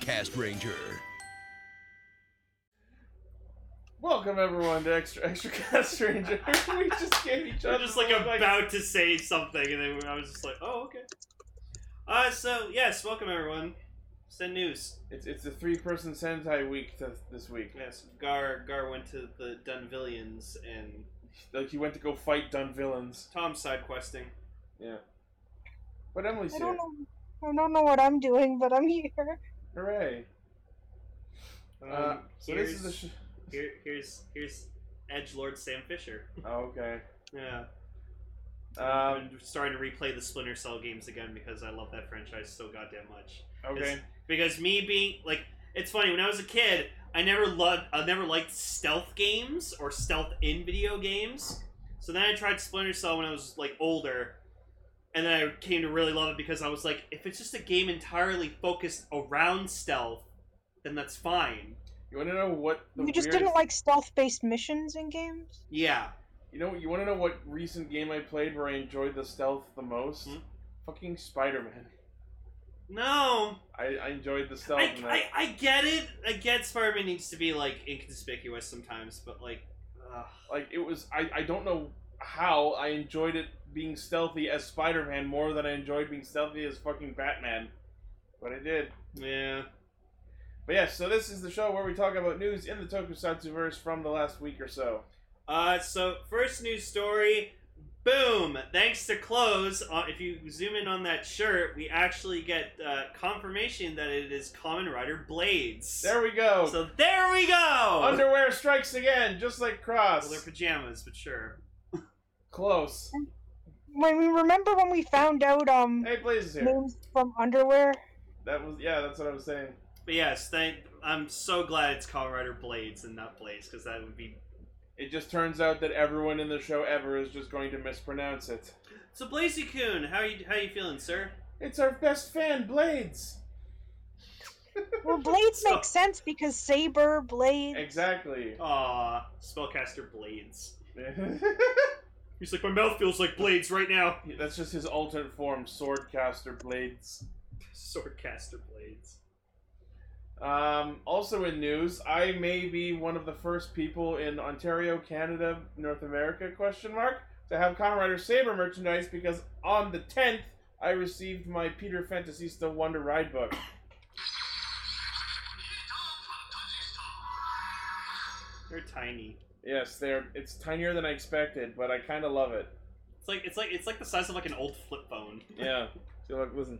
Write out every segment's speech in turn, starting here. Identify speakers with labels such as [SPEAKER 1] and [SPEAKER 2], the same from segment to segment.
[SPEAKER 1] Cast Ranger.
[SPEAKER 2] Welcome everyone to Extra Extra Cast Stranger. we just gave each
[SPEAKER 3] I
[SPEAKER 2] other
[SPEAKER 3] was just like
[SPEAKER 2] a look
[SPEAKER 3] about to say something, and then I was just like, "Oh, okay." Uh, so yes, welcome everyone. Send news.
[SPEAKER 2] It's it's a three person Sentai week th this week.
[SPEAKER 3] Yes, Gar Gar went to the Dunvillians, and
[SPEAKER 2] Like he went to go fight done villains,
[SPEAKER 3] Tom's side questing.
[SPEAKER 2] but Emily's
[SPEAKER 4] I
[SPEAKER 2] here.
[SPEAKER 4] don't know. I don't know what I'm doing, but I'm here.
[SPEAKER 2] Hooray!
[SPEAKER 3] Um,
[SPEAKER 2] uh, so this is the
[SPEAKER 3] here's-
[SPEAKER 2] sh-
[SPEAKER 3] here, here's here's Edge Lord Sam Fisher.
[SPEAKER 2] oh, okay.
[SPEAKER 3] Yeah,
[SPEAKER 2] Um,
[SPEAKER 3] I'm starting to replay the Splinter Cell games again because I love that franchise so goddamn much.
[SPEAKER 2] okay.
[SPEAKER 3] because me being like it's funny when i was a kid i never loved i never liked stealth games or stealth in video games so then i tried splinter cell when i was like older and then i came to really love it because i was like if it's just a game entirely focused around stealth then that's fine
[SPEAKER 2] You want to know what the
[SPEAKER 4] you just
[SPEAKER 2] weirdest-
[SPEAKER 4] didn't like stealth-based missions in games.
[SPEAKER 3] yeah
[SPEAKER 2] You know, you want to know what recent game I played where I enjoyed the stealth the most?
[SPEAKER 3] Hmm?
[SPEAKER 2] Fucking Spider Man.
[SPEAKER 3] no
[SPEAKER 2] I, I enjoyed the stealth.
[SPEAKER 3] I,
[SPEAKER 2] in that.
[SPEAKER 3] I, I get it i get spider-man needs to be like inconspicuous sometimes but like ugh.
[SPEAKER 2] like it was I, I don't know how I enjoyed it being stealthy as Spider Man more than I enjoyed being stealthy as fucking Batman. But I did.
[SPEAKER 3] yeah
[SPEAKER 2] But yes, so this is the show where we talk about news in the Tokusatsu verse from the last week or so.
[SPEAKER 3] Uh, so first news story, boom! Thanks to clothes, uh, if you zoom in on that shirt, we actually get uh, confirmation that it is Common Rider Blades.
[SPEAKER 2] There we go.
[SPEAKER 3] so there we go.
[SPEAKER 2] Underwear strikes again, just like
[SPEAKER 3] well, they're
[SPEAKER 2] Cross.
[SPEAKER 3] pajamas, but sure.
[SPEAKER 2] Close.
[SPEAKER 4] When we remember when we found out um
[SPEAKER 2] Hey, Blaze is here.
[SPEAKER 4] names from underwear.
[SPEAKER 2] That was yeah, that's what I was saying.
[SPEAKER 3] But yes, thank. I'm so glad it's Common Rider Blades and not Blades, because that would be.
[SPEAKER 2] It just turns out that everyone in the show ever is just going to mispronounce it.
[SPEAKER 3] So Blazy Coon, how you how you feeling, sir?
[SPEAKER 2] It's our best fan, Blades.
[SPEAKER 4] Well, blades
[SPEAKER 3] So-
[SPEAKER 4] make sense because saber blades.
[SPEAKER 2] Exactly.
[SPEAKER 3] Aw, spellcaster Blades. Oh. He's like my mouth feels like blades right now.
[SPEAKER 2] That's just his alternate form, Swordcaster Blades.
[SPEAKER 3] Swordcaster Blades.
[SPEAKER 2] Um, also in news, I may be one of the first people in Ontario, Canada, North America question mark to have Kamen Rider Saber merchandise because on the 10th I received my Peter Fantasista Wonder Ride book.
[SPEAKER 3] They're tiny.
[SPEAKER 2] Yes, they're it's tinier than I expected, but I kind of love it.
[SPEAKER 3] It's like it's like it's like the size of like an old flip phone.
[SPEAKER 2] Yeah. So look, listen.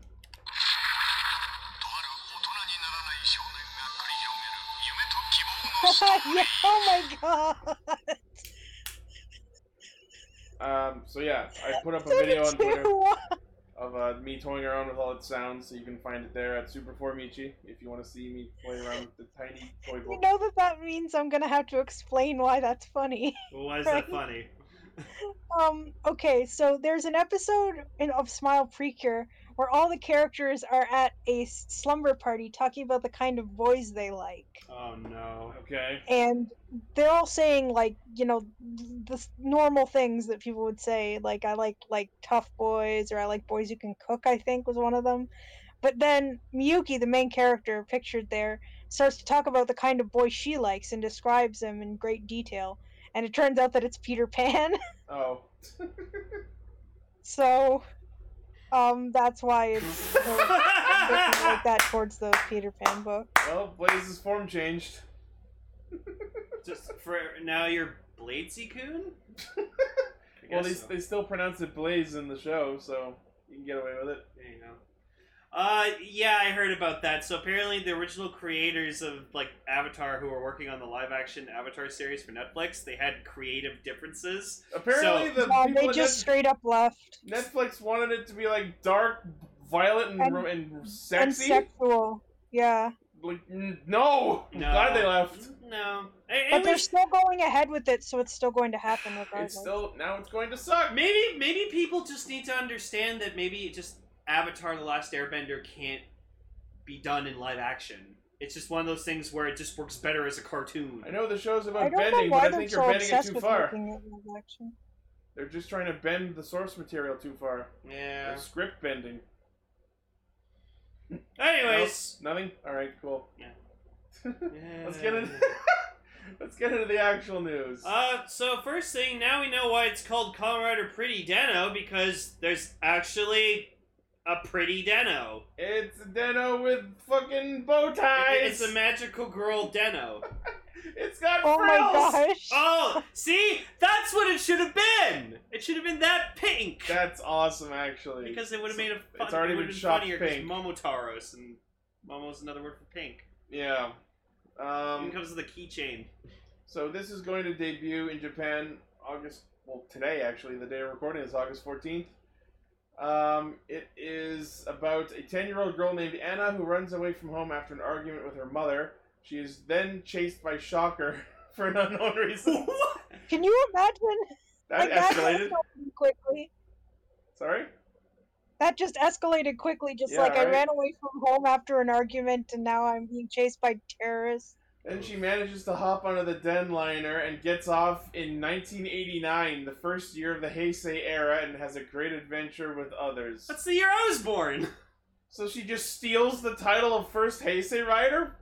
[SPEAKER 5] とある大人にならない少年が繰り広げる夢と希望
[SPEAKER 4] yeah, oh my god.
[SPEAKER 2] Um, so yeah, I put up a video on Twitter
[SPEAKER 4] What?
[SPEAKER 2] of uh, me toying around with all its sounds, so you can find it there at Super Formici if you want to see me play around with the tiny toy
[SPEAKER 4] You
[SPEAKER 2] book.
[SPEAKER 4] know that that means I'm gonna have to explain why that's funny.
[SPEAKER 3] Well, why is
[SPEAKER 4] Right.
[SPEAKER 3] that funny?
[SPEAKER 4] Um, okay, so there's an episode in of Smile Precure where all the characters are at a s- slumber party talking about the kind of boys they like.
[SPEAKER 3] Oh no.
[SPEAKER 2] Okay.
[SPEAKER 4] And they're all saying like, you know, the s- normal things that people would say, like I like like tough boys or I like boys who can cook, I think was one of them. But then Miyuki, the main character pictured there, starts to talk about the kind of boy she likes and describes him in great detail. And it turns out that it's Peter Pan.
[SPEAKER 2] Oh.
[SPEAKER 4] So, um, that's why it's uh, looking like that towards the Peter Pan book.
[SPEAKER 2] Well, Blaze's form changed.
[SPEAKER 3] Just for now, you're Bladesy Coon. I
[SPEAKER 2] Well, they,
[SPEAKER 3] guess so.
[SPEAKER 2] they still pronounce it Blaze in the show, so you can get away with it.
[SPEAKER 3] There you go. Uh, yeah, I heard about that. So apparently, the original creators of like Avatar, who were working on the live-action Avatar series for Netflix, they had creative differences.
[SPEAKER 2] Apparently, the
[SPEAKER 4] No,
[SPEAKER 2] people
[SPEAKER 4] Uh, they
[SPEAKER 2] at
[SPEAKER 4] just straight up left
[SPEAKER 2] Net- Netflix wanted it to be like dark, violet, and,
[SPEAKER 4] And-
[SPEAKER 2] ro- and
[SPEAKER 4] and
[SPEAKER 2] sexy.
[SPEAKER 4] sexual. Yeah,
[SPEAKER 2] like, n- no! I'm
[SPEAKER 3] No,
[SPEAKER 2] glad they left.
[SPEAKER 3] No, I- I
[SPEAKER 4] but they're
[SPEAKER 3] wish-
[SPEAKER 4] still going ahead with it, so it's still going to happen regardless.
[SPEAKER 2] It's still, now it's going to suck.
[SPEAKER 3] maybe maybe people just need to understand that maybe just Avatar: The Last Airbender can't be done in live action. It's just one of those things where it just works better as a cartoon.
[SPEAKER 2] I know the show's
[SPEAKER 4] I
[SPEAKER 2] about
[SPEAKER 4] don't
[SPEAKER 2] bending,
[SPEAKER 4] know why
[SPEAKER 2] but I
[SPEAKER 4] they're
[SPEAKER 2] think you're
[SPEAKER 4] so
[SPEAKER 2] bending it
[SPEAKER 4] obsessed
[SPEAKER 2] too
[SPEAKER 4] with
[SPEAKER 2] far.
[SPEAKER 4] making it live action.
[SPEAKER 2] They're just trying to bend the source material too far.
[SPEAKER 3] Yeah.
[SPEAKER 2] They're script bending.
[SPEAKER 3] Anyways,
[SPEAKER 2] Nothing? Alright, cool. Let's
[SPEAKER 3] yeah.
[SPEAKER 2] get into Let's get into the actual news.
[SPEAKER 3] Uh, so first thing, now we know why it's called Colorado Pretty Deno because there's actually a pretty Deno.
[SPEAKER 2] it's Deno with fucking bow ties.
[SPEAKER 3] It's a magical girl Deno.
[SPEAKER 2] it's got
[SPEAKER 4] Oh
[SPEAKER 2] frills.
[SPEAKER 4] my gosh.
[SPEAKER 2] Uh,
[SPEAKER 3] Oh, see, that's what it should have been. It should have been that pink.
[SPEAKER 2] That's awesome, actually.
[SPEAKER 3] because it would have made it fun.
[SPEAKER 2] it's already
[SPEAKER 3] it would
[SPEAKER 2] been
[SPEAKER 3] have
[SPEAKER 2] shot
[SPEAKER 3] funnier 'cause
[SPEAKER 2] pink.
[SPEAKER 3] Momotaros and Momo's another word for pink.
[SPEAKER 2] yeah.
[SPEAKER 3] Um,
[SPEAKER 2] Um,
[SPEAKER 3] comes with the keychain.
[SPEAKER 2] so this is going to debut in Japan August. Well, today actually, the day of recording is August fourteenth. Um, it is about a ten-year-old girl named Anna who runs away from home after an argument with her mother. She is then chased by Shocker for an unknown reason.
[SPEAKER 4] Can you imagine?
[SPEAKER 2] That
[SPEAKER 4] like, that
[SPEAKER 2] escalated.
[SPEAKER 4] escalated quickly.
[SPEAKER 2] Sorry.
[SPEAKER 4] That just escalated quickly. Just
[SPEAKER 2] Yeah,
[SPEAKER 4] like
[SPEAKER 2] right?
[SPEAKER 4] I ran away from home after an argument, and now I'm being chased by terrorists.
[SPEAKER 2] Then she manages to hop onto the den liner and gets off in 1989, the first year of the Heisei era, and has a great adventure with others.
[SPEAKER 3] That's the year I was born.
[SPEAKER 2] So she just steals the title of first Heisei rider?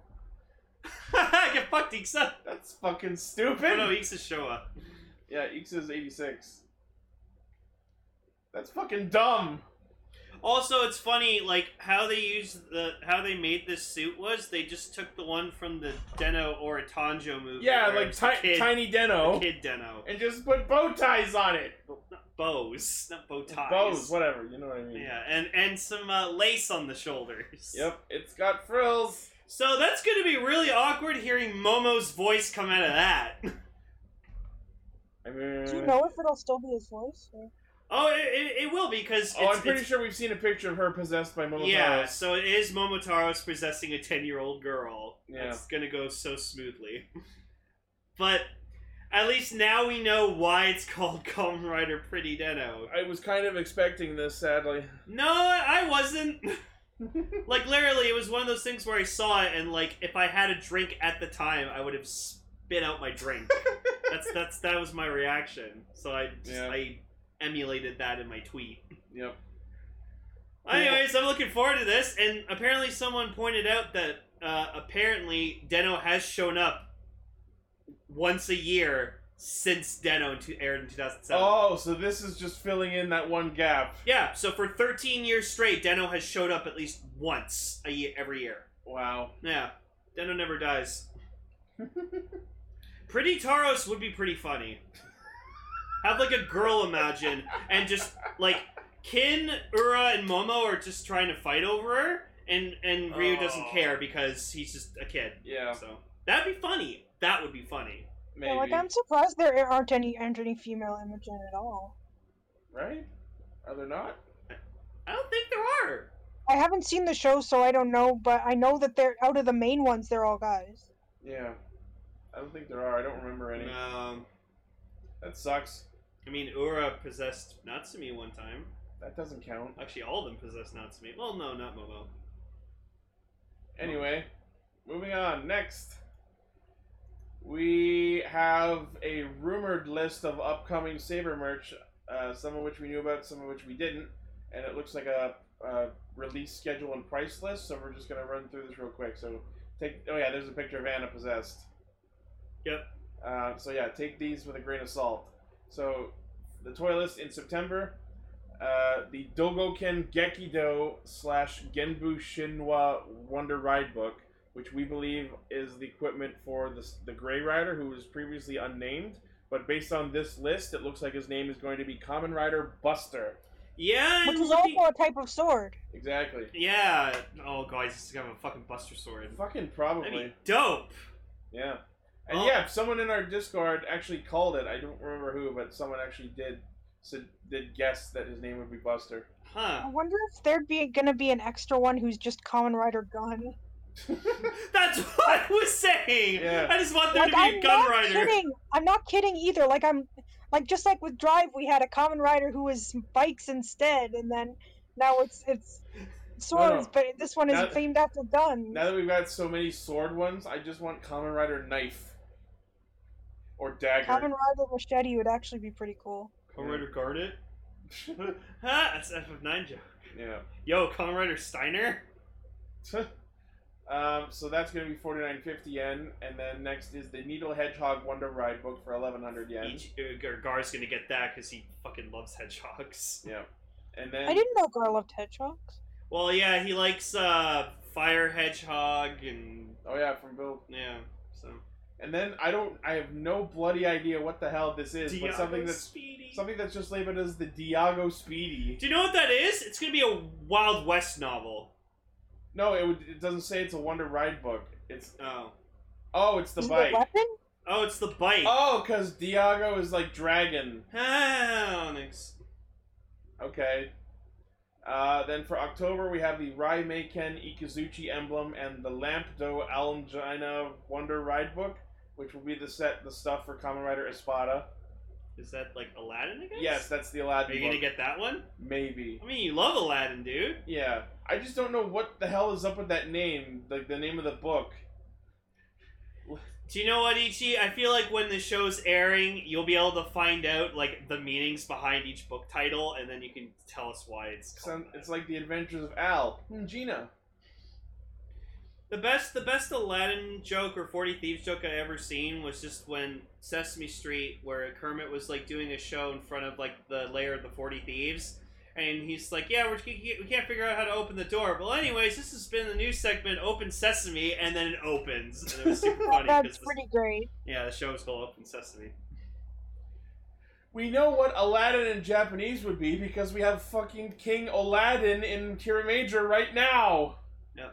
[SPEAKER 3] Get fucked, Ixa.
[SPEAKER 2] That's fucking
[SPEAKER 3] Oh no,
[SPEAKER 2] stupid.
[SPEAKER 3] Ixa's Showa.
[SPEAKER 2] Yeah, Ixa's 86. That's fucking dumb.
[SPEAKER 3] Also, it's funny, like how they used the how they made this suit was they just took the one from the Deno or Tanjo movie.
[SPEAKER 2] Yeah,
[SPEAKER 3] where
[SPEAKER 2] like
[SPEAKER 3] it's the
[SPEAKER 2] ti-
[SPEAKER 3] kid,
[SPEAKER 2] Tiny
[SPEAKER 3] the
[SPEAKER 2] Deno.
[SPEAKER 3] kid Deno,
[SPEAKER 2] And just put bow ties on it.
[SPEAKER 3] bows, not bow ties.
[SPEAKER 2] Bows, whatever, you know what I mean.
[SPEAKER 3] Yeah, and and some uh, lace on the shoulders.
[SPEAKER 2] Yep, it's got frills.
[SPEAKER 3] So that's going to be really awkward hearing Momo's voice come out of that.
[SPEAKER 2] I mean, oh,
[SPEAKER 4] Do you know if it'll still be his voice? or-
[SPEAKER 3] Oh, it, it, it will because
[SPEAKER 2] oh,
[SPEAKER 3] it's,
[SPEAKER 2] I'm pretty
[SPEAKER 3] it's-
[SPEAKER 2] sure we've seen a picture of her possessed by Momotaro.
[SPEAKER 3] Yeah, so it is Momotaro's possessing a ten-year-old girl.
[SPEAKER 2] Yeah.
[SPEAKER 3] it's gonna go so smoothly. but at least now we know why it's called Kamen Rider Pretty Deno.
[SPEAKER 2] I was kind of expecting this, sadly.
[SPEAKER 3] No, I wasn't. like literally, it was one of those things where I saw it, and like if I had a drink at the time, I would have spit out my drink. that's that's that was my reaction. So I just,
[SPEAKER 2] Yeah.
[SPEAKER 3] I emulated that in my tweet.
[SPEAKER 2] Yep. Cool.
[SPEAKER 3] Anyways, I'm looking forward to this, and apparently someone pointed out that uh, apparently Deno has shown up once a year since Deno to aired in 2007.
[SPEAKER 2] Oh, so this is just filling in that one gap.
[SPEAKER 3] Yeah, so for 13 years straight, Deno has showed up at least once a year every year.
[SPEAKER 2] Wow.
[SPEAKER 3] Yeah, Deno never dies. pretty Taros would be pretty funny. Have like a girl imagine and just like Kin, Ura, and Momo are just trying to fight over her, and and Ryu doesn't
[SPEAKER 2] Oh.
[SPEAKER 3] care because he's just a kid.
[SPEAKER 4] Oh,
[SPEAKER 2] Yeah,
[SPEAKER 3] So that'd be funny. That would be funny.
[SPEAKER 2] maybe.
[SPEAKER 4] Yeah, like I'm surprised there aren't any aren't any female Imogen at all.
[SPEAKER 2] Right? Are there not?
[SPEAKER 3] I don't think there are.
[SPEAKER 4] I haven't seen the show, so I don't know. But I know that they're out of the main ones. They're all guys.
[SPEAKER 2] Yeah. I don't think there are. I don't remember any.
[SPEAKER 3] Um,
[SPEAKER 2] That sucks.
[SPEAKER 3] I mean, Ura possessed Natsumi one time.
[SPEAKER 2] That doesn't count.
[SPEAKER 3] Actually, all of them possess Natsumi. Well, no, not Momo.
[SPEAKER 2] Anyway, moving on. Next. We have a rumored list of upcoming Saber merch, uh, some of which we knew about, some of which we didn't, and it looks like a, a release schedule and price list. So we're just gonna run through this real quick. So take oh yeah, there's a picture of Anna possessed.
[SPEAKER 3] Yep.
[SPEAKER 2] Uh, so yeah, take these with a grain of salt. So the toy list in September, uh, the Dogoken Gekido slash Genbu Shinwa Wonder Ride Book, which we believe is the equipment for the, the Gray Rider, who was previously unnamed. But based on this list, it looks like his name is going to be Common Rider Buster.
[SPEAKER 3] Yeah,
[SPEAKER 4] Which
[SPEAKER 3] I'm
[SPEAKER 4] is
[SPEAKER 3] looking-
[SPEAKER 4] also a type of sword.
[SPEAKER 2] Exactly.
[SPEAKER 3] yeah. Oh, guys, this is gonna have a fucking Buster Sword.
[SPEAKER 2] Fucking
[SPEAKER 3] That'd
[SPEAKER 2] probably.
[SPEAKER 3] be dope.
[SPEAKER 2] Yeah. And
[SPEAKER 3] Oh.
[SPEAKER 2] yeah, someone in our Discord actually called it. I don't remember who, but someone actually did said, did guess that his name would be Buster.
[SPEAKER 4] I
[SPEAKER 3] Huh.
[SPEAKER 4] wonder if there'd be gonna be an extra one who's just Common Rider Gun.
[SPEAKER 3] That's what I was saying.
[SPEAKER 2] Yeah.
[SPEAKER 3] I just want there
[SPEAKER 4] Like
[SPEAKER 3] to be
[SPEAKER 4] I'm
[SPEAKER 3] a gun
[SPEAKER 4] not
[SPEAKER 3] rider.
[SPEAKER 4] kidding. I'm not kidding either. Like I'm, like just like with Drive, we had a Common Rider who was bikes instead, and then now it's it's swords.
[SPEAKER 2] no.
[SPEAKER 4] But this one is
[SPEAKER 2] Now-
[SPEAKER 4] themed after guns.
[SPEAKER 2] Now that we've got so many sword ones, I just want Common Rider knife or dagger.
[SPEAKER 4] Common Rider Machete would actually be pretty cool.
[SPEAKER 3] Kamen Rider Garnet. huh, that's FF9 joke.
[SPEAKER 2] yeah.
[SPEAKER 3] Yo, Kamen Rider Steiner.
[SPEAKER 2] um, so that's going to be forty nine fifty yen, and then next is the Needle Hedgehog Wonder Ride book for eleven hundred yen.
[SPEAKER 3] Each, uh, Gar's gonna get that because he fucking loves hedgehogs.
[SPEAKER 2] Yeah, and then
[SPEAKER 4] I didn't know Gar loved hedgehogs.
[SPEAKER 3] Well, yeah, he likes uh, fire hedgehog and
[SPEAKER 2] oh yeah, from Bill.
[SPEAKER 3] yeah. So
[SPEAKER 2] And then I don't, I have no bloody idea what the hell this is, but something
[SPEAKER 3] Diago
[SPEAKER 2] that's
[SPEAKER 3] Speedy.
[SPEAKER 2] something that's just labeled as the Diago Speedy.
[SPEAKER 3] Do you know what that is? It's gonna be a Wild West novel.
[SPEAKER 2] No, it would, it doesn't say it's a Wonder Ride book. It's
[SPEAKER 3] Oh,
[SPEAKER 2] oh, it's the
[SPEAKER 4] Is it
[SPEAKER 2] bike.
[SPEAKER 4] a weapon?
[SPEAKER 3] oh, it's the bike.
[SPEAKER 2] Oh, because Diago is like dragon.
[SPEAKER 3] Oh, next.
[SPEAKER 2] Okay. Uh, then for October, we have the Rai Meiken Ikazuchi emblem and the Lamp Do Alangina Wonder Ride book, which will be the set, the stuff for Kamen Rider Espada.
[SPEAKER 3] Is that like Aladdin? I guess.
[SPEAKER 2] Yes, that's the
[SPEAKER 3] Are
[SPEAKER 2] Aladdin
[SPEAKER 3] you
[SPEAKER 2] book.
[SPEAKER 3] gonna get that one?
[SPEAKER 2] Maybe.
[SPEAKER 3] I mean, you love Aladdin, dude.
[SPEAKER 2] Yeah. I just don't know what the hell is up with that name, like the name of the book.
[SPEAKER 3] Do you know what, Ichi? I feel like when the show's airing, you'll be able to find out like the meanings behind each book title, and then you can tell us why it's. Called
[SPEAKER 2] Sound-
[SPEAKER 3] that.
[SPEAKER 2] It's like The Adventures of Al. Hmm, Gina.
[SPEAKER 3] The best, the best Aladdin joke or Forty Thieves joke I ever seen was just when Sesame Street, where Kermit was like doing a show in front of like the lair of the Forty Thieves, and he's like, "Yeah, we're, we can't figure out how to open the door." Well, anyways, this has been the new segment, Open Sesame, and then it opens, and it was super funny.
[SPEAKER 4] That's
[SPEAKER 3] 'cause the-
[SPEAKER 4] pretty great.
[SPEAKER 3] yeah, the show was called Open Sesame.
[SPEAKER 2] We know what Aladdin in Japanese would be because we have fucking King Aladdin in Kira Major right now.
[SPEAKER 3] Yeah.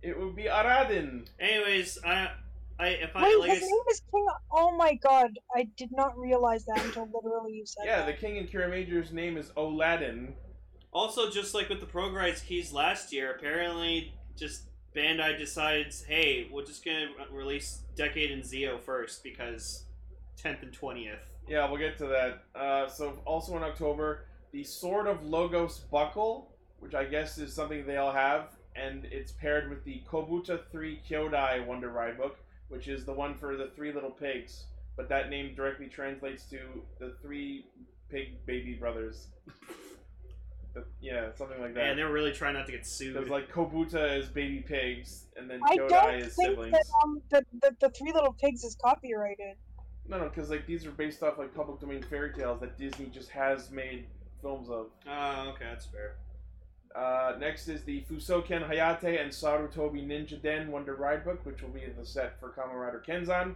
[SPEAKER 2] It would be Aladdin.
[SPEAKER 3] Anyways, I, I if I
[SPEAKER 4] Wait,
[SPEAKER 3] like, I
[SPEAKER 4] his
[SPEAKER 3] s-
[SPEAKER 4] name is King. Oh my god, I did not realize that until literally you said
[SPEAKER 2] Yeah,
[SPEAKER 4] that.
[SPEAKER 2] the king in Kira Major's name is Oladdin.
[SPEAKER 3] also just like with the Progrise keys last year, apparently just Bandai decides, hey, we're just gonna re- release Decade and Zeo first because 10th and 20th.
[SPEAKER 2] Yeah, we'll get to that. Uh, so also in October, the Sword of Logos buckle, which I guess is something they all have, and it's paired with the Kobuta 3 Kyodai Wonder Ride book, which is the one for the three little pigs. But that name directly translates to the three pig baby brothers. The- yeah, something like
[SPEAKER 3] Man,
[SPEAKER 2] that.
[SPEAKER 3] they're really trying not to get sued.
[SPEAKER 2] Because like Kobuta is baby pigs, and then
[SPEAKER 4] I
[SPEAKER 2] Kyodai
[SPEAKER 4] don't
[SPEAKER 2] is
[SPEAKER 4] think
[SPEAKER 2] siblings.
[SPEAKER 4] that um, the, the, the Three Little Pigs is copyrighted.
[SPEAKER 2] No, no, because like these are based off like public domain fairy tales that Disney just has made films of.
[SPEAKER 3] oh, okay, that's fair.
[SPEAKER 2] Uh, next is the Fusoken Hayate and Sarutobi Ninja Den Wonder Ride book, which will be in the set for Kamen Rider Kenzan.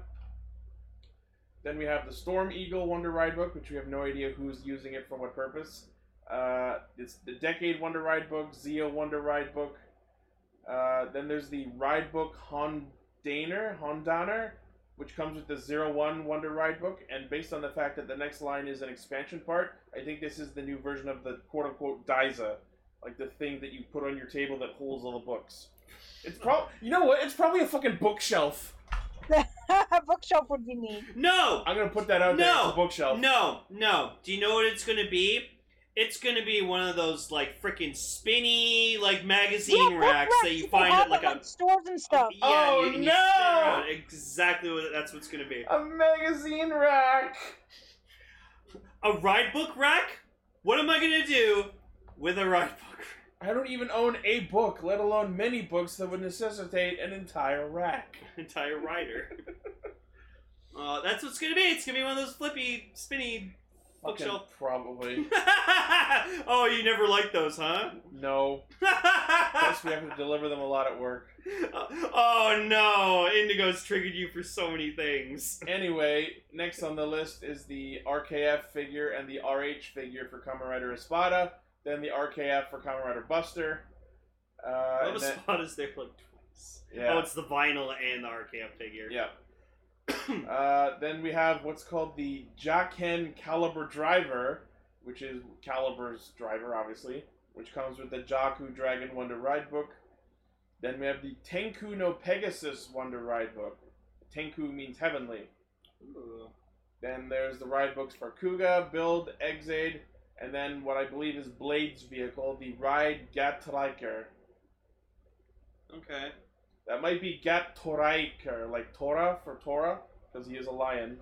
[SPEAKER 2] Then we have the Storm Eagle Wonder Ride book, which we have no idea who's using it for what purpose. Uh, it's the Decade Wonder Ride book, Zia Wonder Ride book. Uh, then there's the Ride book Hondaner, Hondaner, which comes with the Zero One Wonder Ride book. And based on the fact that the next line is an expansion part, I think this is the new version of the quote unquote Daiza like the thing that you put on your table that holds all the books. It's probably you know what? It's probably a fucking bookshelf.
[SPEAKER 4] Bookshelf would be neat.
[SPEAKER 3] No!
[SPEAKER 2] I'm gonna put that out there.
[SPEAKER 3] No!
[SPEAKER 2] It's a bookshelf.
[SPEAKER 3] No, no. Do you know what it's gonna be? It's gonna be one of those like freaking spinny like magazine
[SPEAKER 4] yeah, book
[SPEAKER 3] racks that you
[SPEAKER 4] they
[SPEAKER 3] find
[SPEAKER 4] have
[SPEAKER 3] at like a
[SPEAKER 4] stores and stuff.
[SPEAKER 3] Yeah,
[SPEAKER 2] Oh,
[SPEAKER 3] you- you
[SPEAKER 2] no!
[SPEAKER 3] spin around. Exactly what that's what's gonna be.
[SPEAKER 2] A magazine rack.
[SPEAKER 3] A ride book rack? What am I gonna do with a ride book? rack?
[SPEAKER 2] I don't even own a book, let alone many books that would necessitate an entire rack.
[SPEAKER 3] Entire rider. uh, that's what's gonna be. It's gonna be one of those flippy, spinny
[SPEAKER 2] Fucking
[SPEAKER 3] bookshelf.
[SPEAKER 2] Probably.
[SPEAKER 3] oh, you never liked those, huh?
[SPEAKER 2] No. Plus, we have to deliver them a lot at work.
[SPEAKER 3] oh no, Indigo's triggered you for so many things.
[SPEAKER 2] Anyway, next on the list is the RKF figure and the RH figure for Kamen Rider Espada, then the RKF for Kamen Rider Buster. Uh,
[SPEAKER 3] Love
[SPEAKER 2] and then-
[SPEAKER 3] spot is there like twice.
[SPEAKER 2] yeah.
[SPEAKER 3] Oh, it's the vinyl and the RKM figure.
[SPEAKER 2] Yeah. uh, then we have what's called the Jacken Caliber Driver, which is Caliber's driver, obviously, which comes with the Jaku Dragon Wonder Ride book. Then we have the Tenku no Pegasus Wonder Ride book. Tenku means heavenly.
[SPEAKER 3] Ooh.
[SPEAKER 2] Then there's the ride books for Kuga, Build, Exade, and then what I believe is Blade's vehicle, the Ride Gatriker.
[SPEAKER 3] Okay.
[SPEAKER 2] That might be Gatoriker, like Torah for Torah, because he is a lion.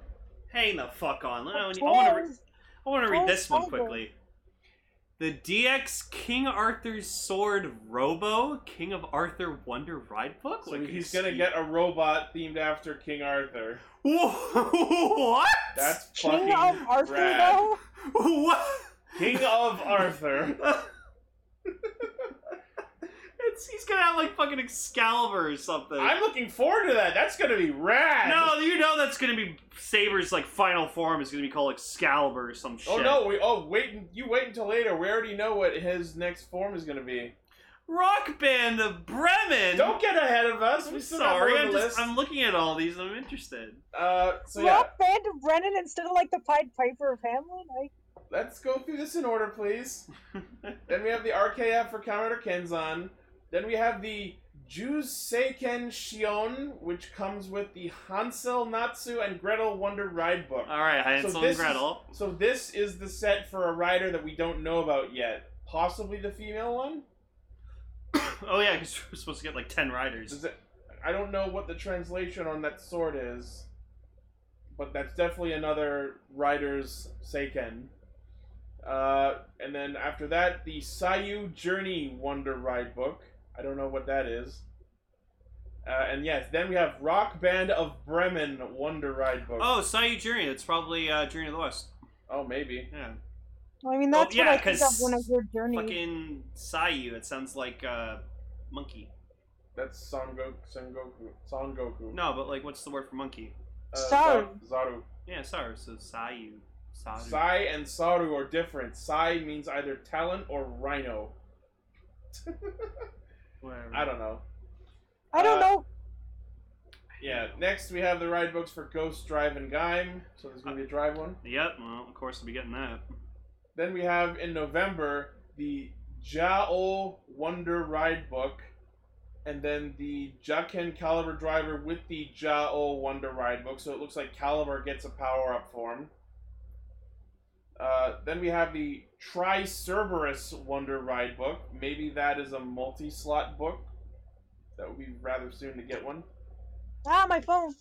[SPEAKER 3] Hang the fuck on. E. I
[SPEAKER 4] Of
[SPEAKER 3] want to. I want to
[SPEAKER 4] course.
[SPEAKER 3] read this one
[SPEAKER 4] Torah.
[SPEAKER 3] quickly. The DX King Arthur's Sword Robo King of Arthur Wonder Ride book.
[SPEAKER 2] So
[SPEAKER 3] Like,
[SPEAKER 2] he's
[SPEAKER 3] it's-
[SPEAKER 2] gonna get a robot themed after King Arthur.
[SPEAKER 3] what?
[SPEAKER 2] That's
[SPEAKER 4] King
[SPEAKER 2] fucking
[SPEAKER 4] of Arthur,
[SPEAKER 2] rad.
[SPEAKER 4] though?
[SPEAKER 3] what?
[SPEAKER 2] King of Arthur.
[SPEAKER 3] it's, he's gonna have like fucking Excalibur or something.
[SPEAKER 2] I'm looking forward to that. That's gonna be rad.
[SPEAKER 3] no, you know that's gonna be Saber's like final form is gonna be called Excalibur or some shit.
[SPEAKER 2] Oh no! We oh wait! You wait until later. We already know what his next form is gonna be.
[SPEAKER 3] Rock Band of Bremen.
[SPEAKER 2] Don't get ahead of us.
[SPEAKER 3] I'm
[SPEAKER 2] We still
[SPEAKER 3] sorry,
[SPEAKER 2] have
[SPEAKER 3] I'm
[SPEAKER 2] more
[SPEAKER 3] just
[SPEAKER 2] list.
[SPEAKER 3] I'm looking at all these. I'm interested.
[SPEAKER 2] Uh, so yeah,
[SPEAKER 4] Rock Band of Brennan instead of like the Pied Piper of Hamlin? Like,
[SPEAKER 2] let's go through this in order, please. then we have the RKF for Counter Kenzan. Then we have the Juseiken Shion, which comes with the Hansel Natsu and Gretel Wonder Ride book.
[SPEAKER 3] All right, Hansel
[SPEAKER 2] this
[SPEAKER 3] and
[SPEAKER 2] is-
[SPEAKER 3] Gretel.
[SPEAKER 2] So this is the set for a rider that we don't know about yet. Possibly the female one.
[SPEAKER 3] Oh yeah, because we're supposed to get like ten riders.
[SPEAKER 2] Does it, I don't know what the translation on that sword is, but that's definitely another rider's Seiken. Uh, and then after that, the Sayu Journey Wonder Ride book. I don't know what that is. Uh, and yes, then we have Rock Band of Bremen Wonder Ride book.
[SPEAKER 3] Oh, Sayu Journey. That's probably uh, Journey of the West.
[SPEAKER 2] Oh, maybe.
[SPEAKER 3] Yeah,
[SPEAKER 4] I mean,
[SPEAKER 3] Well,
[SPEAKER 4] that's
[SPEAKER 3] yeah,
[SPEAKER 4] what I think of
[SPEAKER 3] 'cause
[SPEAKER 4] when I hear Journey.
[SPEAKER 3] fucking Sayu. It sounds like uh, monkey.
[SPEAKER 2] That's Sangoku. Sangoku. Sangoku.
[SPEAKER 3] No, but like, what's the word for monkey?
[SPEAKER 2] Uh,
[SPEAKER 4] Saru.
[SPEAKER 2] Zaru.
[SPEAKER 3] Yeah, sorry. So Sayu, Saru.
[SPEAKER 2] Sai and Saru are different. Sai means either talent or rhino.
[SPEAKER 3] whatever.
[SPEAKER 2] I don't know.
[SPEAKER 4] I don't
[SPEAKER 2] uh,
[SPEAKER 4] know.
[SPEAKER 2] Yeah. Next, we have the ride books for Ghost Drive and Gaim. So there's gonna be a drive one.
[SPEAKER 3] Yep. Well, of course, I'll be getting that.
[SPEAKER 2] Then we have in November the Jao Wonder Ride book, and then the Jaken Caliber Driver with the Jao Wonder Ride book. So it looks like Caliber gets a power up form. Uh, then we have the Tri Cerberus Wonder Ride book. Maybe that is a multi slot book. That would be rather soon to get one.
[SPEAKER 4] Ah, my phone.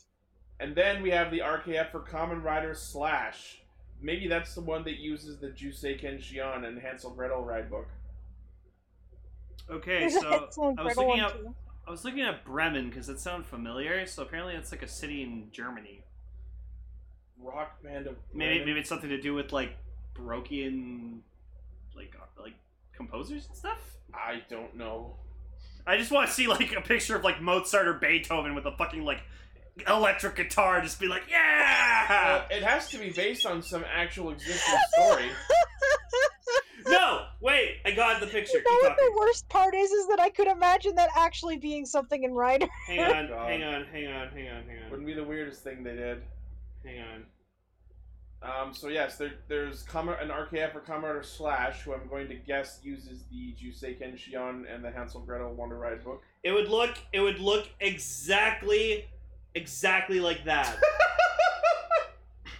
[SPEAKER 2] And then we have the RKF for Common Rider Slash. Maybe that's the one that uses the Jusei Shion and Hansel Gretel ride book.
[SPEAKER 3] Okay,
[SPEAKER 4] There's an
[SPEAKER 3] so
[SPEAKER 4] excellent
[SPEAKER 3] I was
[SPEAKER 4] Gretel one,
[SPEAKER 3] looking up-
[SPEAKER 4] too.
[SPEAKER 3] I was looking at Bremen because it sounded familiar. So apparently, it's like a city in Germany.
[SPEAKER 2] Rock Band of
[SPEAKER 3] Maybe
[SPEAKER 2] Bremen.
[SPEAKER 3] maybe it's something to do with like Baroquian, like uh, like composers and stuff.
[SPEAKER 2] I don't know.
[SPEAKER 3] I just want to see like a picture of like Mozart or Beethoven with a fucking like electric guitar, just be like, yeah.
[SPEAKER 2] Uh, it has to be based on some actual existing story.
[SPEAKER 3] no, wait, I got the picture.
[SPEAKER 4] You know what the worst part is? Is that I could imagine that actually being something in Rider.
[SPEAKER 3] Hang on,
[SPEAKER 2] God.
[SPEAKER 3] hang on, hang on, hang on, hang on,
[SPEAKER 2] Wouldn't be the weirdest thing they did.
[SPEAKER 3] hang on.
[SPEAKER 2] Um, so yes, there, there's Kamen- an RKF for Kamen Rider Slash, who I'm going to guess uses the Jusei Shion and the Hansel Gretel Wonder Ride book.
[SPEAKER 3] It would look, it would look exactly, exactly like that.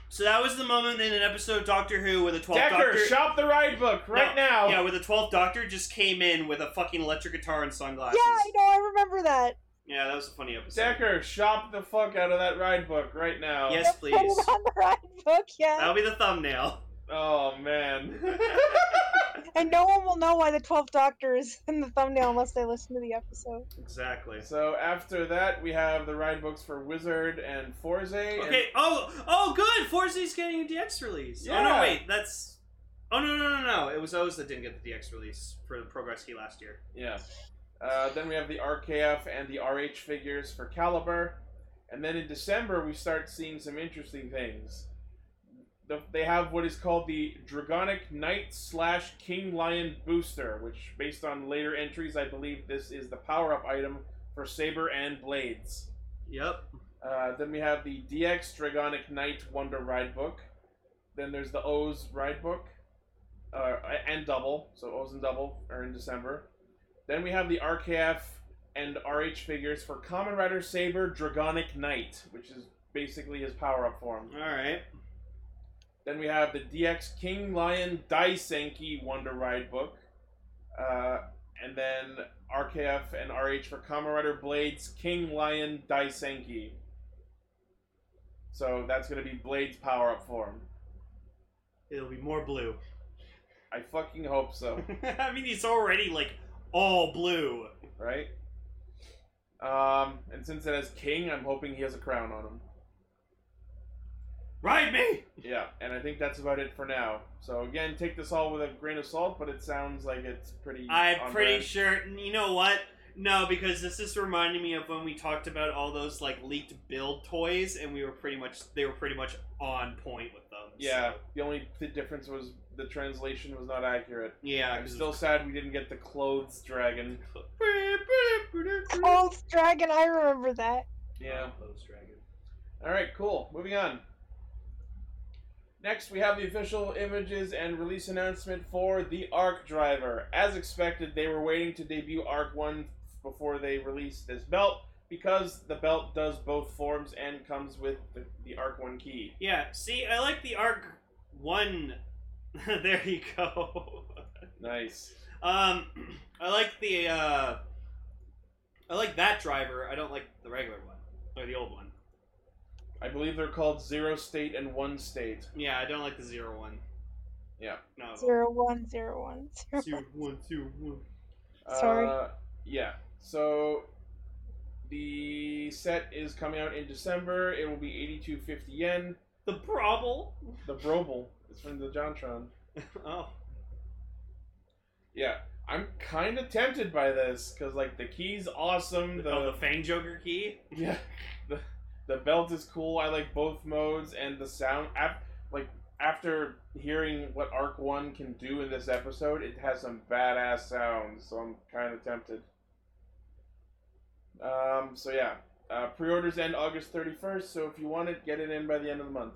[SPEAKER 3] so that was the moment in an episode of Doctor Who where the twelfth
[SPEAKER 2] Decker,
[SPEAKER 3] Doctor,
[SPEAKER 2] shop the ride book right
[SPEAKER 3] No,
[SPEAKER 2] now.
[SPEAKER 3] yeah, where the twelfth Doctor just came in with a fucking electric guitar and sunglasses.
[SPEAKER 4] Yeah, I know. I remember that.
[SPEAKER 3] Yeah, that was a funny episode.
[SPEAKER 2] Decker, shop the fuck out of that ride book right now.
[SPEAKER 3] Yes,
[SPEAKER 4] Put it
[SPEAKER 3] please.
[SPEAKER 4] on the ride book, yeah.
[SPEAKER 3] That'll be the thumbnail.
[SPEAKER 2] Oh man.
[SPEAKER 4] And no one will know why the 12th Doctor is in the thumbnail unless they listen to the episode.
[SPEAKER 3] Exactly.
[SPEAKER 2] so after that, we have the ride books for Wizard and Forze. and-
[SPEAKER 3] Okay. Oh, oh, good. Forza's getting a DX release. Oh
[SPEAKER 2] Yeah.
[SPEAKER 3] no, wait, that's. Oh no, no, no, no! It was O's that didn't get the DX release for the Progress Key last year.
[SPEAKER 2] yeah. Uh, then we have the RKF and the RH figures for Caliber, and then in December we start seeing some interesting things. The, they have what is called the Dragonic Knight slash King Lion Booster, which, based on later entries, I believe this is the power up item for Saber and Blades.
[SPEAKER 3] Yep.
[SPEAKER 2] Uh, then we have the DX Dragonic Knight Wonder Ride Book. Then there's the O's Ride Book, uh, and Double. So O's and Double are in December. Then we have the RKF and RH figures for Common Rider Saber Dragonic Knight, which is basically his power up form.
[SPEAKER 3] All right.
[SPEAKER 2] Then we have the DX King Lion Daisenki Wonder Ride book. Uh, and then RKF and RH for Kamen Rider Blades King Lion Daisenki. So that's going to be Blade's power up form.
[SPEAKER 3] It'll be more blue.
[SPEAKER 2] I fucking hope so.
[SPEAKER 3] I mean, he's already like all blue.
[SPEAKER 2] right? Um, and since it has king, I'm hoping he has a crown on him.
[SPEAKER 3] Ride me.
[SPEAKER 2] Yeah, and I think that's about it for now. So again, take this all with a grain of salt, but it sounds like it's pretty.
[SPEAKER 3] I'm
[SPEAKER 2] on
[SPEAKER 3] pretty
[SPEAKER 2] brand.
[SPEAKER 3] sure. and You know what? No, because this is reminding me of when we talked about all those like leaked build toys, and we were pretty much they were pretty much on point with them. so-
[SPEAKER 2] Yeah, the only th- difference was the translation was not accurate.
[SPEAKER 3] yeah.
[SPEAKER 2] I'm
[SPEAKER 3] 'cause
[SPEAKER 2] still sad we didn't get the clothes dragon.
[SPEAKER 4] Oh, it's dragon! I remember that.
[SPEAKER 2] Yeah.
[SPEAKER 3] Post dragon.
[SPEAKER 2] All right, cool. Moving on. Next, we have the official images and release announcement for the Arc Driver. As expected, they were waiting to debut Arc 1 before they released this belt because the belt does both forms and comes with the, the Arc 1 key.
[SPEAKER 3] Yeah. See, I like the arc one. there you go.
[SPEAKER 2] Nice.
[SPEAKER 3] Um, I like the uh, I like that driver. I don't like the regular one or the old one.
[SPEAKER 2] I believe they're called Zero State and One State.
[SPEAKER 3] Yeah, I don't like the zero one.
[SPEAKER 2] Yeah.
[SPEAKER 3] No.
[SPEAKER 4] Zero one zero one zero.
[SPEAKER 3] Zero one zero one.
[SPEAKER 4] Sorry.
[SPEAKER 2] Uh, yeah. So the set is coming out in December. It will be 8250 yen.
[SPEAKER 3] The Brobble.
[SPEAKER 2] The Brobel. It's from the Jontron.
[SPEAKER 3] Oh.
[SPEAKER 2] Yeah, I'm kind of tempted by this because like the key's awesome. The,
[SPEAKER 3] oh, the Fang Joker key.
[SPEAKER 2] yeah, the, the belt is cool. I like both modes and the sound. Af- like after hearing what Arc One can do in this episode, it has some badass sounds. So I'm kind of tempted. Um. So yeah. Uh, pre-orders end August 31st, so if you want it, get it in by the end of the month.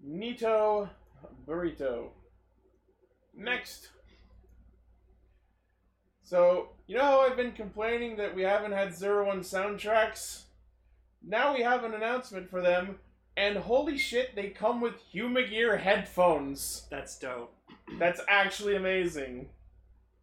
[SPEAKER 2] Nito Burrito. Next. So, you know how I've been complaining that we haven't had Zero One soundtracks? Now we have an announcement for them, and holy shit, they come with Humagear headphones.
[SPEAKER 3] That's dope.
[SPEAKER 2] That's actually amazing.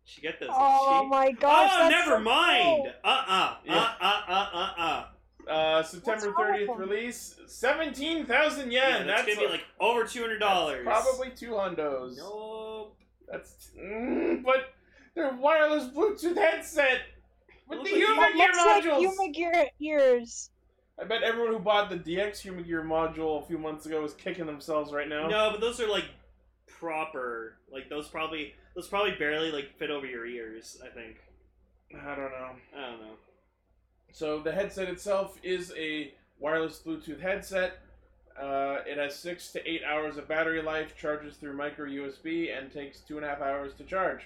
[SPEAKER 3] She get this.
[SPEAKER 4] Oh
[SPEAKER 3] she?
[SPEAKER 4] my gosh!
[SPEAKER 3] oh,
[SPEAKER 4] that's
[SPEAKER 3] never
[SPEAKER 4] so
[SPEAKER 3] mind.
[SPEAKER 4] cool.
[SPEAKER 3] Uh uh.
[SPEAKER 2] Yeah.
[SPEAKER 3] Uh uh uh uh uh.
[SPEAKER 2] Uh, September
[SPEAKER 4] What's wrong with
[SPEAKER 2] 30th
[SPEAKER 4] them?
[SPEAKER 2] release, 17,000 yen.
[SPEAKER 3] Yeah,
[SPEAKER 2] that's
[SPEAKER 3] that's, gonna
[SPEAKER 2] a-
[SPEAKER 3] be like over two hundred dollars.
[SPEAKER 2] Probably two hundos.
[SPEAKER 3] Nope.
[SPEAKER 2] That's mm, but they're wireless Bluetooth headset with the
[SPEAKER 3] Looks like-
[SPEAKER 2] Human
[SPEAKER 4] That
[SPEAKER 2] Gear
[SPEAKER 4] looks like
[SPEAKER 2] modules.
[SPEAKER 4] human gear ears.
[SPEAKER 2] I bet everyone who bought the DX Human Gear module a few months ago is kicking themselves right now.
[SPEAKER 3] No, but those are like proper. Like those probably those probably barely like fit over your ears. I think.
[SPEAKER 2] I don't know.
[SPEAKER 3] I don't know.
[SPEAKER 2] So the headset itself is a wireless Bluetooth headset. Uh, it has six to eight hours of battery life, charges through micro USB, and takes two and a half hours to charge.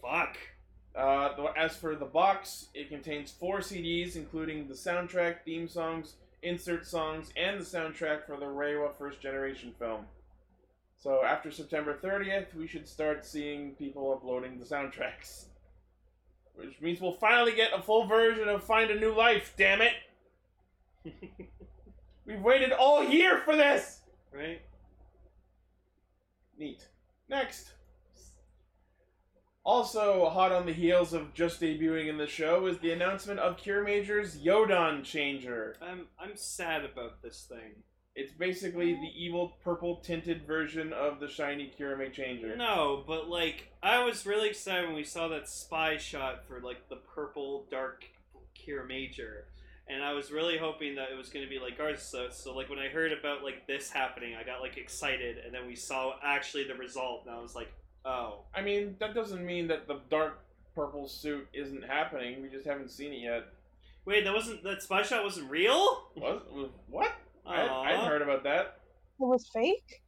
[SPEAKER 3] Fuck.
[SPEAKER 2] Uh, th- as for the box, it contains four CDs, including the soundtrack, theme songs, insert songs, and the soundtrack for the Reiwa First Generation film. So after September 30th, we should start seeing people uploading the soundtracks. Which means we'll finally get a full version of Find a New Life, damn it! We've waited all year for this!
[SPEAKER 3] Right.
[SPEAKER 2] Neat. Next. Also hot on the heels of just debuting in the show is the announcement of Cure Major's Yodan Changer.
[SPEAKER 3] I'm I'm sad about this thing.
[SPEAKER 2] It's basically the evil purple tinted version of the shiny Kirame Changer.
[SPEAKER 3] No, but like I was really excited when we saw that spy shot for like the purple dark Kira Major, and I was really hoping that it was going to be like ours. So, so like when I heard about like this happening, I got like excited, and then we saw actually the result, and I was like, oh,
[SPEAKER 2] I mean, that doesn't mean that the dark purple suit isn't happening. We just haven't seen it yet.
[SPEAKER 3] wait, that wasn't that spy shot wasn't real.
[SPEAKER 2] What? What? I, I
[SPEAKER 3] Aw,
[SPEAKER 2] hadn't heard about that.
[SPEAKER 4] It was fake.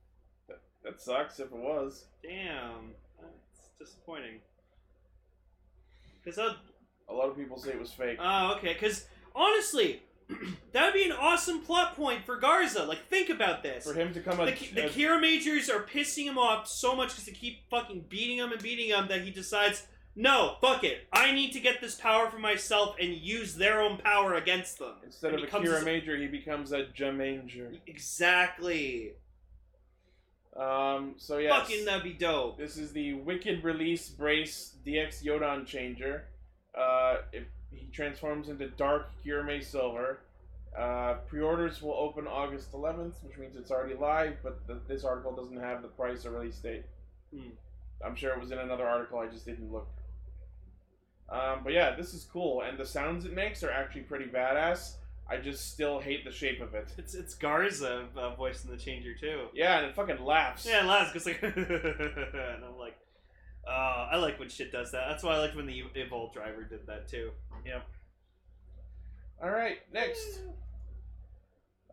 [SPEAKER 2] That sucks if it was.
[SPEAKER 3] Damn, that's disappointing. Because I
[SPEAKER 2] A lot of people say it was fake.
[SPEAKER 3] Oh, okay. Because honestly, that would be an awesome plot point for Garza. Like, think about this.
[SPEAKER 2] For him to come a,
[SPEAKER 3] The, Ki- the
[SPEAKER 2] a-
[SPEAKER 3] Kira Majors are pissing him off so much because they keep fucking beating him and beating him that he decides, no, fuck it. I need to get this power for myself and use their own power against them.
[SPEAKER 2] instead
[SPEAKER 3] It
[SPEAKER 2] of a
[SPEAKER 3] becomes
[SPEAKER 2] Kira
[SPEAKER 3] his-
[SPEAKER 2] Major, he becomes a Jamanger.
[SPEAKER 3] Exactly.
[SPEAKER 2] Um, so yes,
[SPEAKER 3] Fucking that'd be dope.
[SPEAKER 2] this is the Wicked Release Brace DX Yodan Changer. Uh, if he transforms into Dark Kirame Silver, Uh, pre-orders will open August 11th, which means it's already live, but th- this article doesn't have the price or release date.
[SPEAKER 3] Hmm.
[SPEAKER 2] I'm sure it was in another article. I just didn't look. Um, but yeah, this is cool, and the sounds it makes are actually pretty badass. I just still hate the shape of it.
[SPEAKER 3] It's it's Garza uh, voicing the changer too.
[SPEAKER 2] Yeah, and it fucking laughs.
[SPEAKER 3] Yeah, last because like, and I'm like, oh, I like when shit does that. That's why I liked when the Evolve driver did that too.
[SPEAKER 2] All right, next.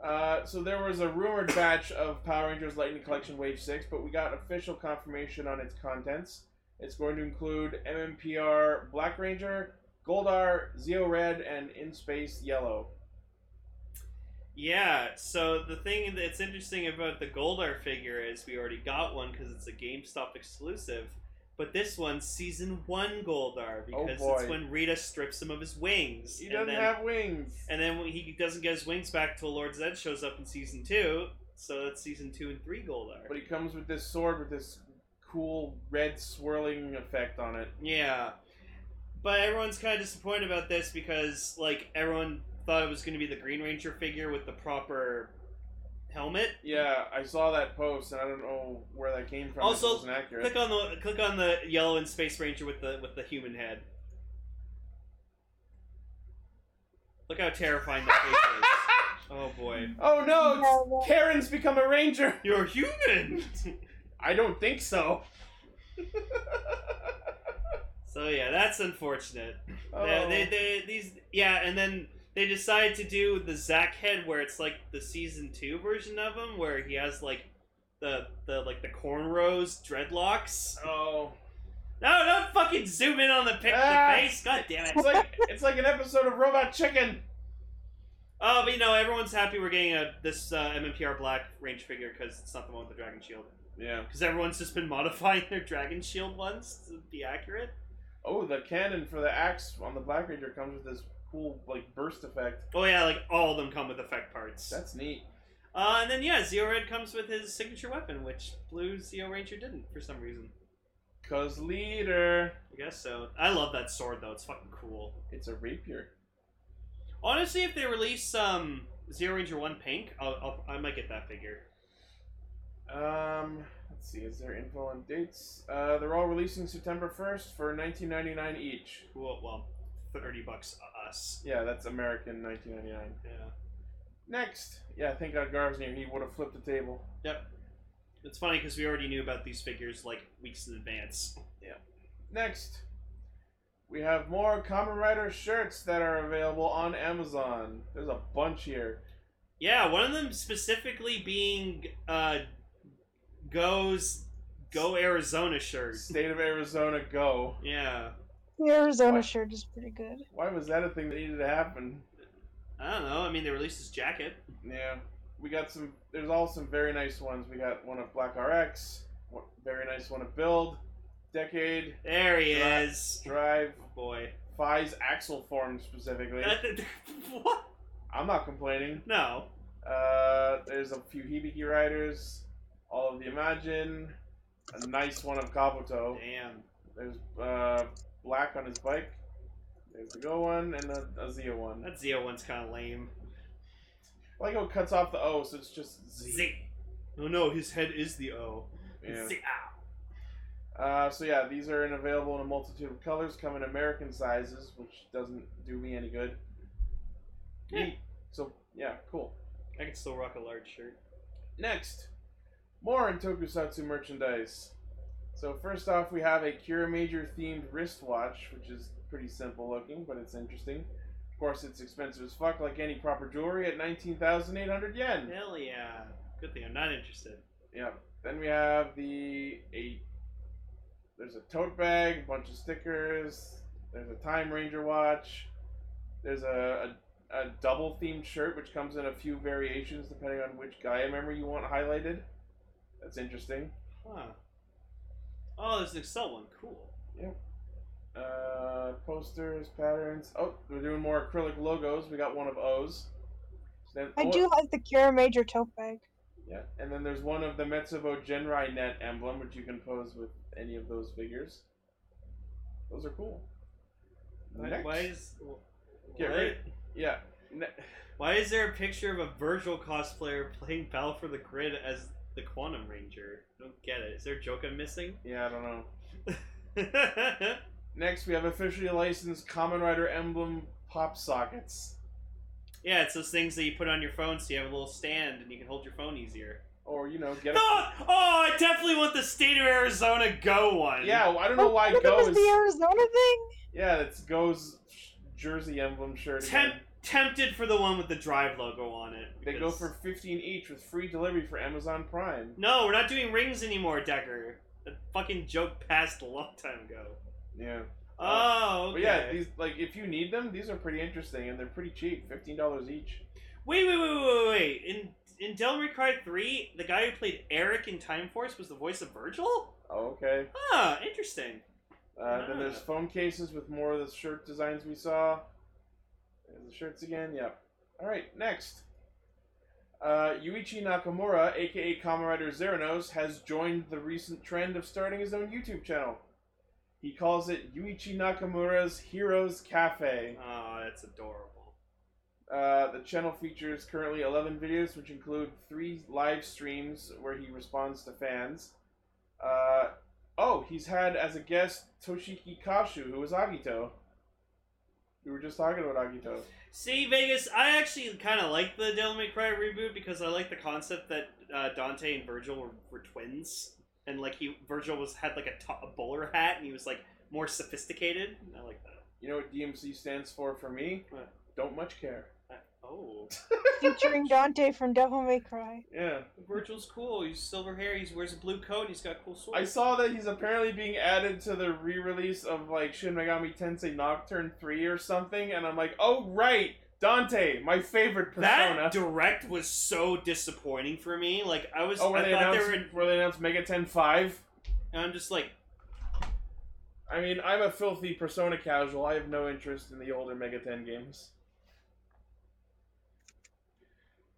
[SPEAKER 2] Uh, so there was a rumored batch of Power Rangers Lightning Collection Wave 6, but we got official confirmation on its contents. It's going to include MMPR Black Ranger, Goldar, Zeo Red, and In Space Yellow.
[SPEAKER 3] Yeah. So the thing that's interesting about the Goldar figure is we already got one because it's a GameStop exclusive. But this one's season one Goldar because
[SPEAKER 2] Oh, boy.
[SPEAKER 3] it's when Rita strips him of his wings.
[SPEAKER 2] He
[SPEAKER 3] and
[SPEAKER 2] doesn't
[SPEAKER 3] then-
[SPEAKER 2] have wings.
[SPEAKER 3] And then he doesn't get his wings back till Lord Zed shows up in season two. So that's season two and three Goldar.
[SPEAKER 2] But he comes with this sword with this cool red swirling effect on it.
[SPEAKER 3] Yeah. But everyone's kind of disappointed about this because, like, everyone thought it was going to be the Green Ranger figure with the proper helmet.
[SPEAKER 2] Yeah, I saw that post, and I don't know where that came from.
[SPEAKER 3] Also,
[SPEAKER 2] it wasn't accurate.
[SPEAKER 3] Click on the click on the yellow and Space Ranger with the with the human head. Look how terrifying the face is. Oh boy,
[SPEAKER 2] oh no! it's-
[SPEAKER 4] Yeah, yeah.
[SPEAKER 2] Karen's become a ranger.
[SPEAKER 3] you're human.
[SPEAKER 2] I don't think so.
[SPEAKER 3] so yeah, that's unfortunate.
[SPEAKER 2] Oh.
[SPEAKER 3] Yeah, they, they, these, yeah, and then they decided to do the Zack head where it's like the season two version of him, where he has like the the like the cornrows, dreadlocks.
[SPEAKER 2] Oh.
[SPEAKER 3] No, don't fucking zoom in on the pic
[SPEAKER 2] Ah.
[SPEAKER 3] the face. God damn
[SPEAKER 2] It's
[SPEAKER 3] it.
[SPEAKER 2] like it's like an episode of Robot Chicken.
[SPEAKER 3] Oh, but you know, everyone's happy we're getting a, this uh, MMPR Black range figure because it's not the one with the dragon shield.
[SPEAKER 2] Yeah.
[SPEAKER 3] Because everyone's just been modifying their dragon shield ones to be accurate.
[SPEAKER 2] Oh, the cannon for the axe on the Black Ranger comes with this cool like burst effect.
[SPEAKER 3] Oh yeah, like all of them come with effect parts.
[SPEAKER 2] That's neat.
[SPEAKER 3] Uh, and then yeah, Zero Red comes with his signature weapon, which Blue Zero Ranger didn't for some reason.
[SPEAKER 2] Cause leader,
[SPEAKER 3] I guess so. I love that sword though; it's fucking cool.
[SPEAKER 2] it's a rapier.
[SPEAKER 3] Honestly, if they release um Zero Ranger One Pink, I'll, I'll I might get that figure.
[SPEAKER 2] Um, let's see. Is there info on dates? Uh, they're all releasing September first for 19.99 each.
[SPEAKER 3] Well, well thirty bucks a- us.
[SPEAKER 2] Yeah, that's American 19.99.
[SPEAKER 3] Yeah,
[SPEAKER 2] Next. Yeah, thank God Gar's near. He would have flipped the table.
[SPEAKER 3] it's funny because we already knew about these figures like weeks in advance.
[SPEAKER 2] Next, we have more Common Rider shirts that are available on Amazon. There's a bunch here.
[SPEAKER 3] Yeah, one of them specifically being uh, goes Go Arizona shirt.
[SPEAKER 2] State of Arizona Go.
[SPEAKER 3] Yeah,
[SPEAKER 4] The Arizona
[SPEAKER 2] What?
[SPEAKER 4] shirt is pretty good.
[SPEAKER 2] Why was that a thing that needed to happen?
[SPEAKER 3] I don't know. I mean, they released this jacket.
[SPEAKER 2] Yeah, we got some. There's all some very nice ones. We got one of Black RX, one, very nice one of Build, Decade,
[SPEAKER 3] There he
[SPEAKER 2] Dra-
[SPEAKER 3] is.
[SPEAKER 2] Drive,
[SPEAKER 3] Oh, boy.
[SPEAKER 2] Fi's Axle Form specifically.
[SPEAKER 3] what?
[SPEAKER 2] I'm not complaining.
[SPEAKER 3] No.
[SPEAKER 2] Uh, there's a few Hibiki Riders, all of the Imagine, a nice one of Kabuto.
[SPEAKER 3] Damn.
[SPEAKER 2] There's uh, black on his bike. There's the go one and a, a Zia one.
[SPEAKER 3] That Zio one's kind of lame.
[SPEAKER 2] I like how it cuts off the O, so it's just Z.
[SPEAKER 3] Z. Oh no, his head is the O.
[SPEAKER 2] Yeah.
[SPEAKER 3] Z- ah.
[SPEAKER 2] Uh, so yeah, these are in- available in a multitude of colors. Come in American sizes, which doesn't do me any good.
[SPEAKER 3] Yeah.
[SPEAKER 2] Neat. So yeah, cool.
[SPEAKER 3] I can still rock a large shirt.
[SPEAKER 2] Next, more in Tokusatsu merchandise. So first off, we have a Kira Major themed wristwatch, which is pretty simple looking, but it's interesting. Of course, it's expensive as fuck, like any proper jewelry, at nineteen thousand eight hundred yen.
[SPEAKER 3] Hell yeah. Good thing I'm not interested.
[SPEAKER 2] Yeah. Then we have the a there's a tote bag, a bunch of stickers, there's a Time Ranger watch, there's a, a, a double themed shirt which comes in a few variations depending on which Gaia member you want highlighted. That's interesting.
[SPEAKER 3] Huh. Oh, there's an Excel one. Cool.
[SPEAKER 2] Uh, posters, patterns. Oh, we're doing more acrylic logos. We got one of O's. Then,
[SPEAKER 4] I
[SPEAKER 2] oh,
[SPEAKER 4] do like the Cure Major tote bag.
[SPEAKER 2] Yeah, and then there's one of the Metsubo Genrai Net emblem, which you can pose with any of those figures. Those are cool.
[SPEAKER 3] Why,
[SPEAKER 2] Next.
[SPEAKER 3] why is.
[SPEAKER 2] Get
[SPEAKER 3] what?
[SPEAKER 2] rid- Yeah, Ne-
[SPEAKER 3] Why is there a picture of a Virgil cosplayer playing Battle for the Grid as the Quantum Ranger? I don't get it. Is there a joke I'm missing?
[SPEAKER 2] yeah, I don't know.
[SPEAKER 3] I
[SPEAKER 2] Next, we have officially licensed Common Rider emblem pop sockets.
[SPEAKER 3] Yeah, it's those things that you put on your phone so you have a little stand and you can hold your phone easier.
[SPEAKER 2] Or, you know, get
[SPEAKER 3] No!
[SPEAKER 2] a.
[SPEAKER 3] Oh, I definitely want the state of Arizona Go one.
[SPEAKER 2] Yeah, well, I don't know why
[SPEAKER 4] What
[SPEAKER 2] Go
[SPEAKER 4] was
[SPEAKER 2] is.
[SPEAKER 4] the Arizona thing?
[SPEAKER 2] Yeah, it's Go's jersey emblem shirt.
[SPEAKER 3] Temp-
[SPEAKER 2] again.
[SPEAKER 3] tempted for the one with the Drive logo on it.
[SPEAKER 2] They go
[SPEAKER 3] because-
[SPEAKER 2] for 15 each with free delivery for Amazon Prime.
[SPEAKER 3] No, we're not doing rings anymore, Decker. That fucking joke passed a long time ago.
[SPEAKER 2] Yeah.
[SPEAKER 3] Oh,
[SPEAKER 2] But
[SPEAKER 3] okay.
[SPEAKER 2] yeah, these like if you need them, these are pretty interesting and they're pretty cheap, fifteen dollars each.
[SPEAKER 3] Wait, wait, wait, wait, wait, wait. In in Devil May Cry 3, the guy who played Eric in Time Force was the voice of Virgil?
[SPEAKER 2] Oh, okay.
[SPEAKER 3] Huh, interesting.
[SPEAKER 2] Uh, Then there's
[SPEAKER 3] Ah.
[SPEAKER 2] phone cases with more of the shirt designs we saw. There's the shirts again. Yep. All right, next. Uh, Yuichi Nakamura, aka Kamen Rider Zeranos, has joined the recent trend of starting his own YouTube channel. He calls it Yuichi Nakamura's Heroes Cafe.
[SPEAKER 3] Oh, that's adorable.
[SPEAKER 2] Uh, the channel features currently 11 videos, which include three live streams where he responds to fans. Uh, oh, he's had as a guest Toshiki Kashu, who was Agito. We were just talking about Agito.
[SPEAKER 3] See, Vegas, I actually kind of like the Devil May Cry reboot because I like the concept that uh, Dante and Virgil were, were twins, and like he Virgil was had like a, to- a bowler hat, and he was like more sophisticated. I like that.
[SPEAKER 2] You know what DMC stands for for me?
[SPEAKER 3] What?
[SPEAKER 2] Don't much care.
[SPEAKER 3] Uh, oh,
[SPEAKER 4] Featuring Dante from Devil May Cry.
[SPEAKER 2] Yeah.
[SPEAKER 3] Virgil's cool. He's silver hair. He wears a blue coat. And he's got cool
[SPEAKER 2] I
[SPEAKER 3] swords.
[SPEAKER 2] saw that he's apparently being added to the re-release of like Shin Megami Tensei Nocturne 3 or something, and I'm like, oh right, Dante, my favorite persona.
[SPEAKER 3] That direct was so disappointing for me. Like I was,
[SPEAKER 2] oh, were
[SPEAKER 3] I
[SPEAKER 2] they
[SPEAKER 3] thought
[SPEAKER 2] announced?
[SPEAKER 3] they were.
[SPEAKER 2] were they announced Mega Ten Five?
[SPEAKER 3] And I'm just like,
[SPEAKER 2] I mean, I'm a filthy Persona casual. I have no interest in the older Mega Ten games.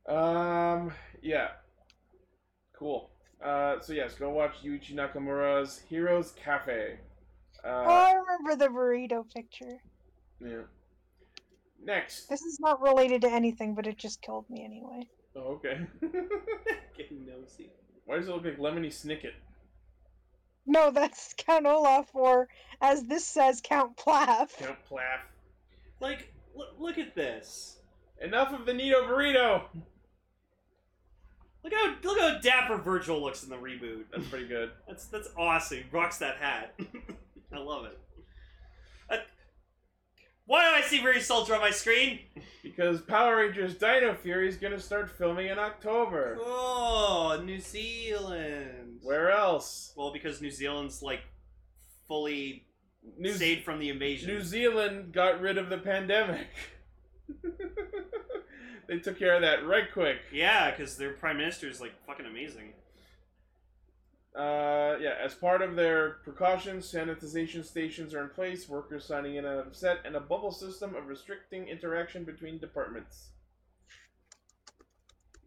[SPEAKER 2] Um, yeah. Cool. Uh, so yes, go watch Yuichi Nakamura's Heroes Cafe.
[SPEAKER 4] Oh,
[SPEAKER 2] Uh,
[SPEAKER 4] I remember the burrito picture.
[SPEAKER 2] yeah. Next.
[SPEAKER 4] This is not related to anything, but it just killed me anyway.
[SPEAKER 2] Oh, okay.
[SPEAKER 3] getting nosy.
[SPEAKER 2] Why does it look like Lemony Snicket?
[SPEAKER 4] No, that's Count Olaf, or as this says, Count Plath.
[SPEAKER 2] Count Plath.
[SPEAKER 3] Like, look, look at this.
[SPEAKER 2] Enough of the Nito burrito.
[SPEAKER 3] Look how look how dapper Virgil looks in the reboot.
[SPEAKER 2] That's pretty good.
[SPEAKER 3] That's that's awesome. He rocks that hat. I love it. Uh, why do I see Ray Salter on my screen?
[SPEAKER 2] Because Power Rangers Dino Fury is gonna start filming in October.
[SPEAKER 3] Oh, New Zealand.
[SPEAKER 2] Where else?
[SPEAKER 3] Well, because New Zealand's like fully
[SPEAKER 2] New,
[SPEAKER 3] saved from the invasion.
[SPEAKER 2] New Zealand got rid of the pandemic. they took care of that right quick.
[SPEAKER 3] yeah, because their prime minister is like fucking amazing.
[SPEAKER 2] Uh, yeah, as part of their precautions, sanitization stations are in place, workers signing in and out of set, and a bubble system of restricting interaction between departments.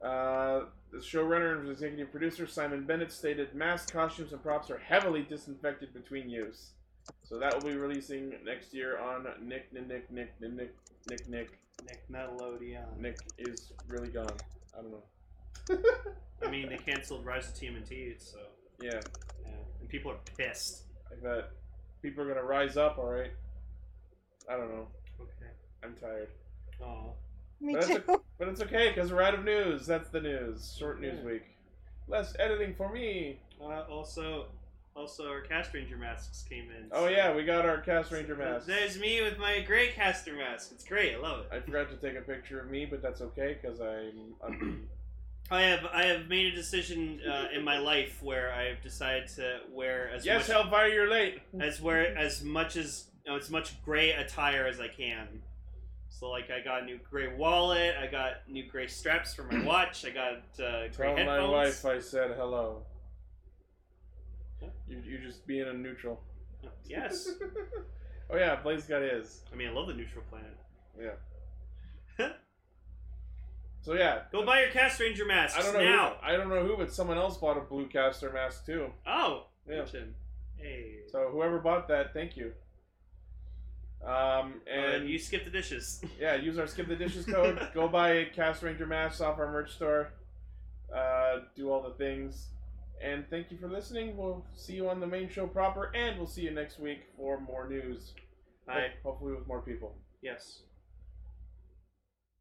[SPEAKER 2] Uh, the showrunner and executive producer Simon Bennett stated mask costumes and props are heavily disinfected between use. So that will be releasing next year on Nick Nick Nick Nick Nick Nick Nick Nick
[SPEAKER 3] Nick Nickelodeon.
[SPEAKER 2] Nick is really gone. I don't know.
[SPEAKER 3] I mean, they canceled Rise of TMNT, so
[SPEAKER 2] Yeah,
[SPEAKER 3] yeah. and people are pissed.
[SPEAKER 2] I bet people are gonna rise up. All right. I don't know.
[SPEAKER 3] Okay.
[SPEAKER 2] I'm tired.
[SPEAKER 3] Oh.
[SPEAKER 4] Me
[SPEAKER 2] That's a-
[SPEAKER 4] too.
[SPEAKER 2] But it's okay, because we're out of news. That's the news. Short news
[SPEAKER 3] Yeah.
[SPEAKER 2] week. Less editing for me.
[SPEAKER 3] Uh, also, also our cast ranger masks came in.
[SPEAKER 2] Oh,
[SPEAKER 3] so-
[SPEAKER 2] yeah, we got our Cast Ranger mask.
[SPEAKER 3] There's me with my gray caster mask. It's great. I love it.
[SPEAKER 2] I forgot to take a picture of me, but that's okay, because I'm ugly.
[SPEAKER 3] I have I have made a decision uh, in my life where I have decided to wear as
[SPEAKER 2] yes,
[SPEAKER 3] much
[SPEAKER 2] Hellfire, you're late.
[SPEAKER 3] as wear as much as no, as much gray attire as I can. So like I got a new gray wallet. I got new gray straps for my watch. I got uh, gray
[SPEAKER 2] Tell my
[SPEAKER 3] headphones.
[SPEAKER 2] wife I said hello.
[SPEAKER 3] Huh?
[SPEAKER 2] You, you're just being a neutral.
[SPEAKER 3] Yes.
[SPEAKER 2] oh, yeah, Blaze got his.
[SPEAKER 3] I mean I love the neutral planet.
[SPEAKER 2] So, yeah.
[SPEAKER 3] Go buy your cast ranger masks
[SPEAKER 2] I don't know.
[SPEAKER 3] now.
[SPEAKER 2] Who, I don't know who, but someone else bought a blue caster mask too.
[SPEAKER 3] Oh,
[SPEAKER 2] Yeah.
[SPEAKER 3] mention. Hey.
[SPEAKER 2] So whoever bought that, thank you. Um,
[SPEAKER 3] And
[SPEAKER 2] and
[SPEAKER 3] you skip the dishes.
[SPEAKER 2] yeah, use our skip the dishes code. go buy Cast Ranger masks off our merch store. Uh, do all the things. And thank you for listening. We'll see you on the main show proper, and we'll see you next week for more news.
[SPEAKER 3] Hi.
[SPEAKER 2] Hopefully, with more people.
[SPEAKER 3] Yes.